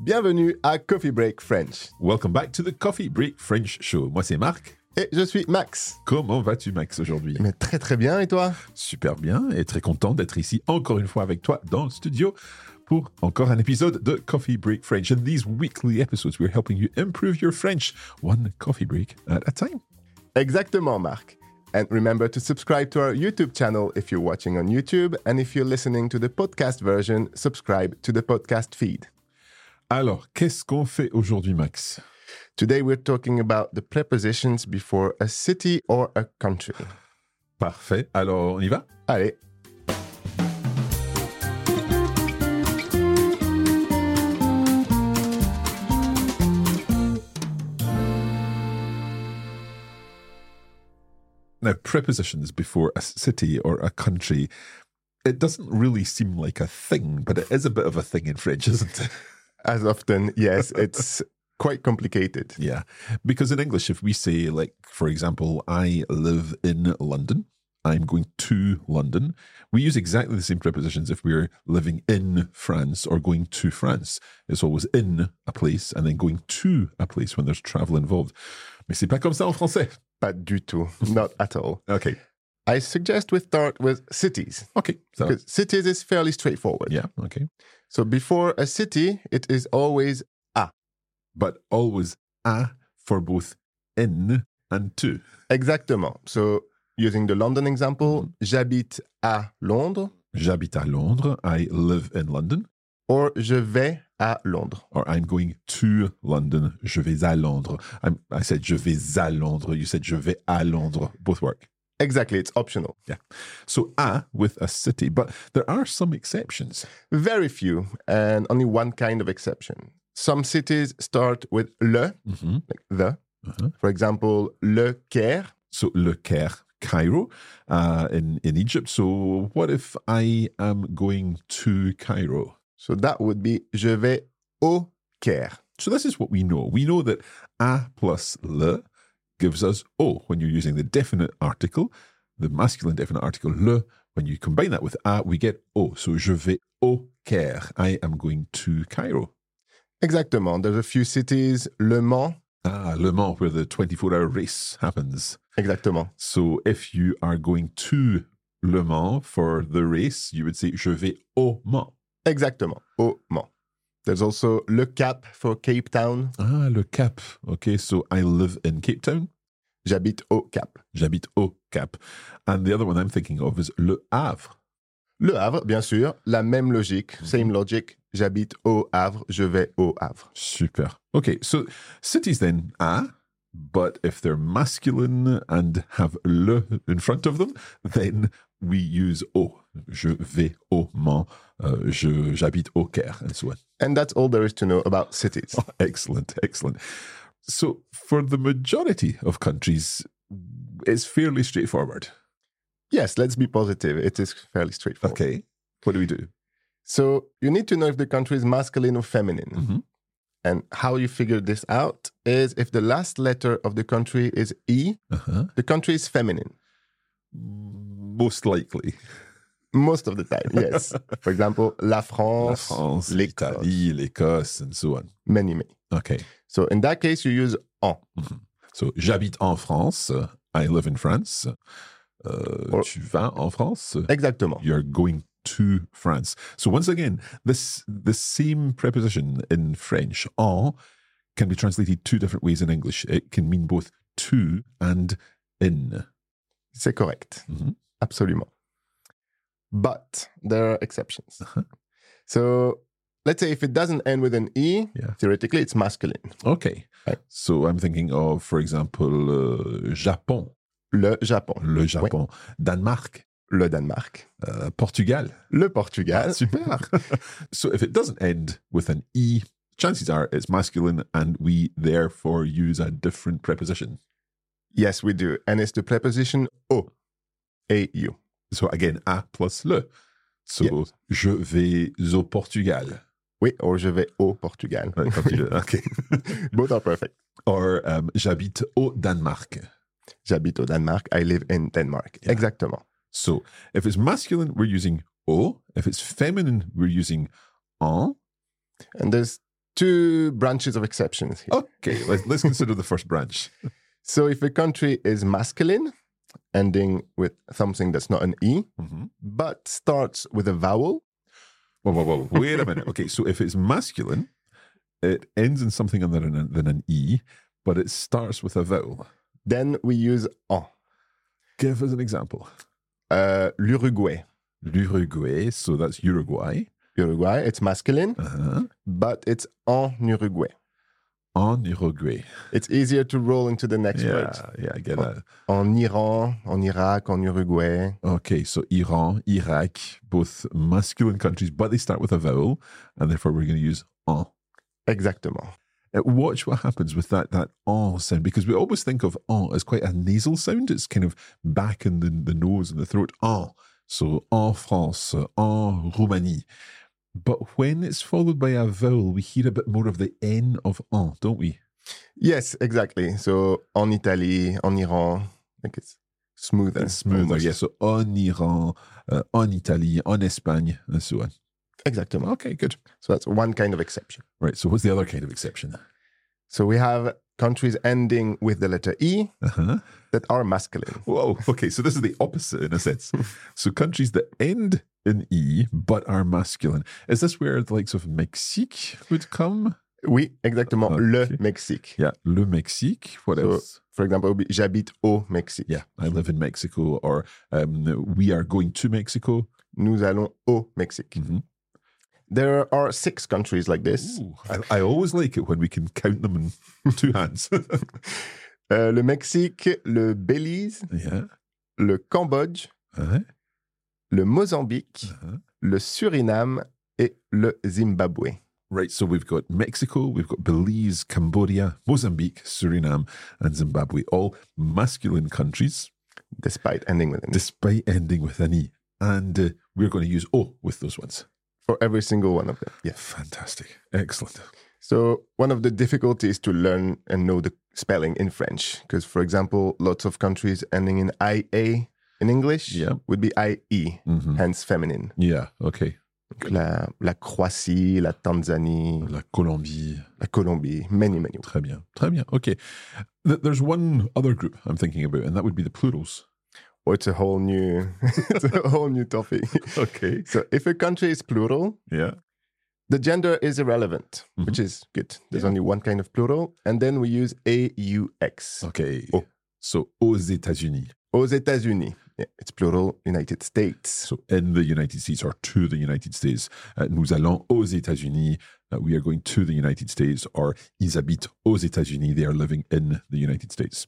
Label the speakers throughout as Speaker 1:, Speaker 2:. Speaker 1: Bienvenue à Coffee Break French.
Speaker 2: Welcome back to the Coffee Break French Show. Moi, c'est Marc.
Speaker 1: Et je suis Max.
Speaker 2: Comment vas-tu, Max, aujourd'hui
Speaker 1: Mais très très bien, et toi
Speaker 2: Super bien et très content d'être ici encore une fois avec toi dans le studio pour encore un épisode de Coffee Break French. In these weekly episodes, we're helping you improve your French one coffee break at a time.
Speaker 1: Exactement, Marc. And remember to subscribe to our YouTube channel if you're watching on YouTube, and if you're listening to the podcast version, subscribe to the podcast feed.
Speaker 2: Alors, qu'est-ce qu'on fait aujourd'hui, Max
Speaker 1: Today we're talking about the prepositions before a city or a country.
Speaker 2: Parfait. Alors, on y va
Speaker 1: Allez,
Speaker 2: Now, prepositions before a city or a country, it doesn't really seem like a thing, but it is a bit of a thing in French, isn't it?
Speaker 1: as often, yes, it's quite complicated.
Speaker 2: Yeah. Because in English, if we say, like, for example, I live in London, I'm going to London, we use exactly the same prepositions if we're living in France or going to France. It's always in a place and then going to a place when there's travel involved. Mais c'est pas comme ça en français.
Speaker 1: Pas du tout, not at all.
Speaker 2: Okay.
Speaker 1: I suggest we start with cities,
Speaker 2: Okay. So,
Speaker 1: because cities is fairly straightforward.
Speaker 2: yeah. Okay.
Speaker 1: So before a city, it is always
Speaker 2: But always a for both in and to.
Speaker 1: exactement. So using the London example, j'habite à Londres
Speaker 2: J'habite à Londres. I live in London.
Speaker 1: or je vais à Londres.
Speaker 2: or I'm going to London. Je vais à Londres. I'm, I said je vais à Londres. You said je vais à Londres. Both work.
Speaker 1: Exactly, it's optional.
Speaker 2: Yeah. So a with a city, but there are some exceptions.
Speaker 1: Very few and only one kind of exception. Some cities start with le,
Speaker 2: Mhm.
Speaker 1: like the.
Speaker 2: Uh-huh.
Speaker 1: For example, Le Caire,
Speaker 2: So Le Caire, Cairo, uh, in in Egypt. So what if I am going to Cairo?
Speaker 1: So that would be je vais au Caire.
Speaker 2: So this is what we know. We know that a plus le gives us o when you're using the definite article, the masculine definite article le. When you combine that with a, we get o. So je vais au Caire. I am going to Cairo.
Speaker 1: Exactement. There's a few cities, Le Mans.
Speaker 2: Ah, Le Mans, where the 24-hour race happens.
Speaker 1: Exactement.
Speaker 2: So if you are going to Le Mans for the race, you would say je vais au Mans.
Speaker 1: Exactement. Au Mans. There's also Le Cap for Cape Town.
Speaker 2: Ah, Le Cap. Okay, so I live in Cape Town.
Speaker 1: J'habite au Cap.
Speaker 2: J'habite au Cap. And the other one I'm thinking of is Le Havre.
Speaker 1: Le Havre, bien sûr, la même logique, same logic. J'habite au Havre, je vais au Havre.
Speaker 2: Super. Okay, so cities then are, but if they're masculine and have le in front of them, then we use au. Je vais au Mans. Uh, je j'habite au Caire, and so on.
Speaker 1: And that's all there is to know about cities.
Speaker 2: Excellent, excellent. So for the majority of countries, it's fairly straightforward.
Speaker 1: Yes, let's be positive. It is fairly straightforward.
Speaker 2: Okay, what do we do?
Speaker 1: So you need to know if the country is masculine or feminine.
Speaker 2: Mhm.
Speaker 1: And how you figure this out is if the last letter of the country is E,
Speaker 2: Uh-huh.
Speaker 1: the country is feminine
Speaker 2: Most likely,
Speaker 1: most of the time. Yes. For example, La
Speaker 2: La
Speaker 1: France,
Speaker 2: France,
Speaker 1: l'Écosse,
Speaker 2: l'Italie, l'Écosse, and so on.
Speaker 1: many, many.
Speaker 2: Okay.
Speaker 1: So in that case, you use en.
Speaker 2: So, j'habite en France. I live in France. Euh,
Speaker 1: Or-
Speaker 2: tu vas en France.
Speaker 1: Exactement.
Speaker 2: You're going to France. So once again, this the same preposition in French "en" can be translated two different ways in English. It can mean both to and in.
Speaker 1: C'est correct.
Speaker 2: Mhm.
Speaker 1: Absolument. But there are exceptions.
Speaker 2: Uh-huh.
Speaker 1: So let's say if it doesn't end with an E,
Speaker 2: Yeah.
Speaker 1: theoretically it's masculine.
Speaker 2: Okay.
Speaker 1: Right.
Speaker 2: So I'm thinking of, for example, uh, Japon,
Speaker 1: Le Japon.
Speaker 2: le
Speaker 1: Oui.
Speaker 2: Japon, Danemark,
Speaker 1: Le Danemark.
Speaker 2: uh, Portugal.
Speaker 1: Le Portugal.
Speaker 2: Ah, Super. so if it doesn't end with an E, chances are it's masculine and we therefore use a different preposition.
Speaker 1: Yes, we do. And it's the preposition au. A-U.
Speaker 2: So again, a plus le. So je vais au Portugal.
Speaker 1: Oui, or je vais au Portugal.
Speaker 2: Right, Portugal, okay.
Speaker 1: Both are perfect.
Speaker 2: Or um, j'habite au Danemark.
Speaker 1: J'habite au Danemark. I live in Denmark.
Speaker 2: Yeah.
Speaker 1: Exactement.
Speaker 2: So if it's masculine, we're using o. If it's feminine, we're using en.
Speaker 1: And there's two branches of exceptions here.
Speaker 2: Okay, let's, let's consider the first branch.
Speaker 1: So if a country is masculine, ending with something that's not an E,
Speaker 2: Mhm.
Speaker 1: but starts with a vowel,
Speaker 2: Whoa, whoa, whoa. Wait a minute. Okay, so if it's masculine, it ends in something other than an, than an E, but it starts with a vowel.
Speaker 1: then we use en.
Speaker 2: Give us an example.
Speaker 1: Uh, L'Uruguay.
Speaker 2: L'Uruguay, so that's Uruguay.
Speaker 1: Uruguay, it's masculine,
Speaker 2: Uh-huh.
Speaker 1: but it's en Uruguay.
Speaker 2: En Uruguay.
Speaker 1: It's easier to roll into the next word.
Speaker 2: Yeah, yeah, I get that.
Speaker 1: En Iran, en Iraq, en Uruguay.
Speaker 2: Okay, so Iran, Iraq, both masculine countries, but they start with a vowel, and therefore we're going to use en.
Speaker 1: Exactement.
Speaker 2: Uh, watch what happens with that that ah sound because we always think of ah as quite a nasal sound. It's kind of back in the, the nose and the throat. Ah, so en France, uh, en Roumanie. But when it's followed by a vowel, we hear a bit more of the n of ah, don't we?
Speaker 1: Yes, exactly. So en Italy, en Iran, I think it's smoother.
Speaker 2: It's smoother,
Speaker 1: almost.
Speaker 2: yeah. So en Iran, uh, en Italy, en Espagne, and so on.
Speaker 1: Exactement.
Speaker 2: Okay, good.
Speaker 1: So that's one kind of exception.
Speaker 2: Right. So what's the other kind of exception?
Speaker 1: So we have countries ending with the letter E
Speaker 2: Uh-huh.
Speaker 1: that are masculine.
Speaker 2: Whoa. Okay. So this is the opposite in a sense. so countries that end in E but are masculine. Is this where the likes of Mexique would come?
Speaker 1: Oui, exactement.
Speaker 2: Okay.
Speaker 1: Le Mexique.
Speaker 2: Ah, Yeah. Le Mexique. What
Speaker 1: So-
Speaker 2: else?
Speaker 1: For example, it would be j'habite au Mexique.
Speaker 2: Yeah. I live in Mexico or um, we are going to Mexico.
Speaker 1: Nous allons au Mexique.
Speaker 2: Mhm.
Speaker 1: There are six countries like this.
Speaker 2: I, I always like it when we can count them in two hands.
Speaker 1: Euh, le Mexique, le Belize,
Speaker 2: yeah.
Speaker 1: le Cambodge,
Speaker 2: Uh-huh.
Speaker 1: le Mozambique,
Speaker 2: Uh-huh.
Speaker 1: le Suriname et le Zimbabwe.
Speaker 2: Right, so we've got Mexico, we've got Belize, Cambodia, Mozambique, Suriname, and Zimbabwe, all masculine countries.
Speaker 1: Despite ending with an E
Speaker 2: despite ending with an E. And uh, we're going to use O with those ones.
Speaker 1: for every single one of them.
Speaker 2: Yeah, fantastic. Excellent.
Speaker 1: So one of the difficulties to learn and know the spelling in French, because for example, lots of countries ending in IA in English
Speaker 2: Yeah.
Speaker 1: would be IE,
Speaker 2: Mm-hmm.
Speaker 1: hence feminine.
Speaker 2: Yeah, okay.
Speaker 1: La, la Croatie, la Tanzanie,
Speaker 2: La Colombie.
Speaker 1: la Colombie, many, many.
Speaker 2: Très bien. Très bien. Okay. Th- there's one other group I'm thinking about, and that would be the plurals.
Speaker 1: Or Oh, it's a whole new, it's a whole new topic.
Speaker 2: Okay.
Speaker 1: So if a country is plural,
Speaker 2: Yeah.
Speaker 1: the gender is irrelevant, which is good. There's only one kind of plural, and then we use AUX.
Speaker 2: Okay.
Speaker 1: O.
Speaker 2: So, aux États-Unis.
Speaker 1: Aux États-Unis, yeah, it's plural. United States.
Speaker 2: So, in the United States or to the United States. Uh, nous allons aux États-Unis. Uh, we are going to the United States. Or, ils habitent aux États-Unis. They are living in the United States.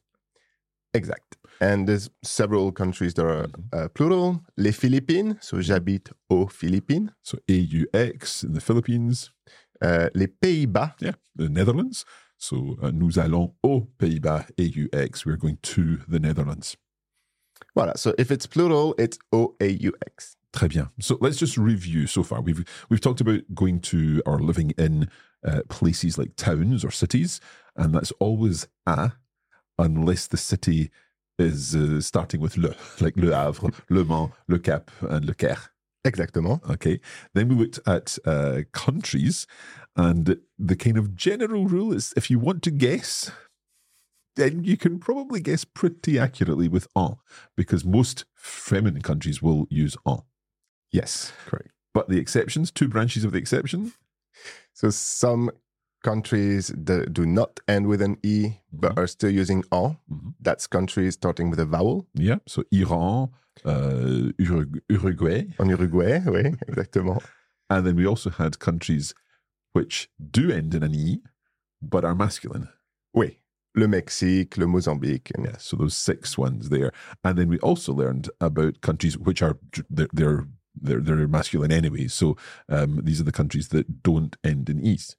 Speaker 1: Exact. And there's several countries that are uh, plural. Les Philippines, so j'habite aux Philippines.
Speaker 2: So, AUX in the Philippines.
Speaker 1: Euh, les Pays-Bas,
Speaker 2: yeah, the Netherlands. So uh, nous allons aux Pays-Bas, AUX. We're going to the Netherlands.
Speaker 1: voilà. So if it's plural, it's O-A-U-X.
Speaker 2: Très bien. So let's just review so far. We've we've talked about going to or living in uh, places like towns or cities, and that's always a, unless the city is uh, starting with le, like Le Havre, Le Mans, Le Cap, and Le Caire.
Speaker 1: Exactement.
Speaker 2: Okay. Then we looked at uh, countries, and the kind of general rule is if you want to guess, and you can probably guess pretty accurately with en, because most feminine countries will use en.
Speaker 1: Yes, correct.
Speaker 2: But the exceptions, two branches of the exception,
Speaker 1: So some countries that do not end with an E but are still using en.
Speaker 2: Mhm.
Speaker 1: That's countries starting with a vowel.
Speaker 2: yeah, so Iran, uh, Urug- Uruguay,
Speaker 1: En Uruguay, oui, exactement.
Speaker 2: and then we also had countries which do end in an E, but are masculine.
Speaker 1: Oui, le Mexique, le Mozambique. and-
Speaker 2: Yeah, so those six ones there, and then we also learned about countries which are they're they're they're, they're masculine anyway. So um, these are the countries that don't end in east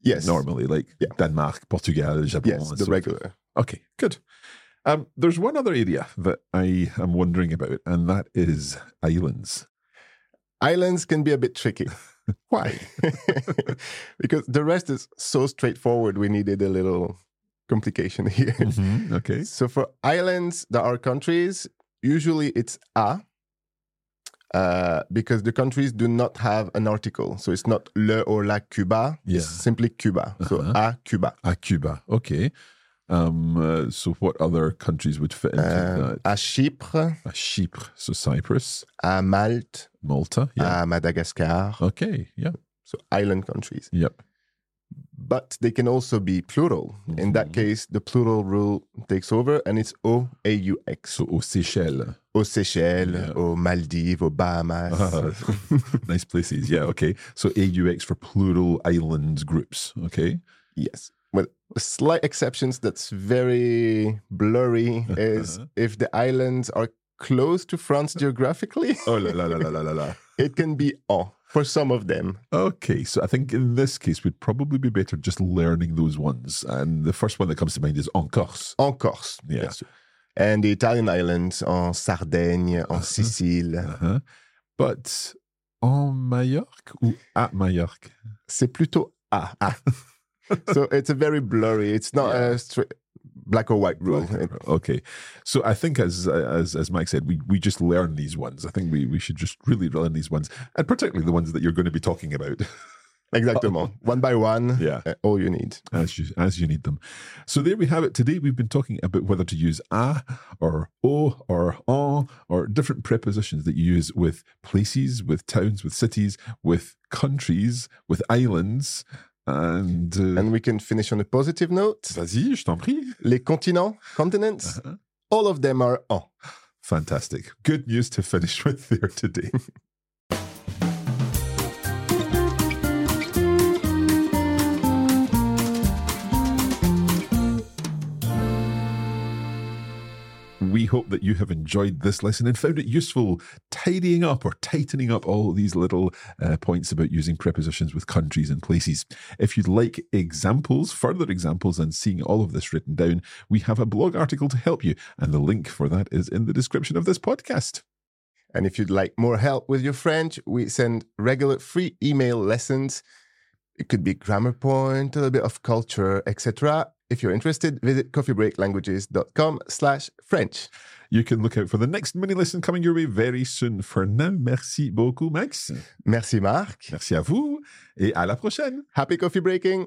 Speaker 1: Yes,
Speaker 2: normally, like
Speaker 1: Yeah.
Speaker 2: Denmark, Portugal, Gabon.
Speaker 1: Yes,
Speaker 2: and
Speaker 1: the
Speaker 2: so-
Speaker 1: regular.
Speaker 2: Okay, good. Um, there's one other area that I am wondering about, and that is islands.
Speaker 1: Islands can be a bit tricky. Why? because the rest is so straightforward. We needed a little complication here.
Speaker 2: Mm-hmm.
Speaker 1: Mm-hmm.
Speaker 2: Okay.
Speaker 1: So for islands that are countries, usually it's a, uh, because the countries do not have an article. So it's not le or la Cuba.
Speaker 2: Yeah.
Speaker 1: It's simply Cuba. So
Speaker 2: Uh-huh.
Speaker 1: a Cuba.
Speaker 2: Ah, Cuba. Okay. Um, uh, so what other countries would fit into
Speaker 1: Um,
Speaker 2: that?
Speaker 1: à Chypre,
Speaker 2: Ah, Chypre, so Cyprus,
Speaker 1: à Malte,
Speaker 2: Malta. Yeah. Uh-huh.
Speaker 1: à Madagascar.
Speaker 2: okay. Yeah.
Speaker 1: So island countries.
Speaker 2: Yep.
Speaker 1: But they can also be plural. In that
Speaker 2: Mm-hmm.
Speaker 1: case, the plural rule takes over and it's O A U X.
Speaker 2: So aux Seychelles.
Speaker 1: Aux Seychelles,
Speaker 2: Yeah.
Speaker 1: aux Maldives, aux Bahamas.
Speaker 2: Ah, nice places. Yeah. Okay. So AUX for plural island groups. Okay.
Speaker 1: Yes. Well, slight exceptions that's very blurry is if the islands are close to France geographically,
Speaker 2: Oh la la la la la la la.
Speaker 1: it can be en for some of them.
Speaker 2: Okay, so I think in this case we'd probably be better just learning those ones. And the first one that comes to mind is en Corse.
Speaker 1: En Corse.
Speaker 2: Yeah.
Speaker 1: bien sûr. And the Italian islands, en Sardaigne, en Sicile.
Speaker 2: Uh-huh. But en Majorque ou at Majorque?
Speaker 1: C'est plutôt A. so it's a very blurry, it's not a straight black or white rule. It-
Speaker 2: Okay, so I think as as as Mike said, we we just learn these ones. I think we we should just really learn these ones, and particularly the ones that you're going to be talking about.
Speaker 1: Exactement. one by one,
Speaker 2: Oh, Yeah.
Speaker 1: uh, all you need.
Speaker 2: as you as you need them. So there we have it. Today we've been talking about whether to use a or o or on or different prepositions that you use with places, with towns, with cities, with countries, with islands, and. Uh,
Speaker 1: And we can finish on a positive note.
Speaker 2: Vas-y, je t'en prie.
Speaker 1: Les continents, continents,
Speaker 2: Uh-huh.
Speaker 1: all of them are en.
Speaker 2: Fantastic. Good news to finish with there today. We hope that you have enjoyed this lesson and found it useful tidying up or tightening up all these little uh, points about using prepositions with countries and places. If you'd like examples, further examples, and seeing all of this written down, we have a blog article to help you, and the link for that is in the description of this podcast.
Speaker 1: And if you'd like more help with your French, we send regular free email lessons. It could be grammar point, a little bit of culture, etc. If you're interested, visit coffeebreaklanguages.com slash French.
Speaker 2: You can look out for the next mini lesson coming your way very soon. For now, merci beaucoup, Max.
Speaker 1: Merci, Marc.
Speaker 2: Merci à vous, et à la prochaine.
Speaker 1: Happy coffee breaking.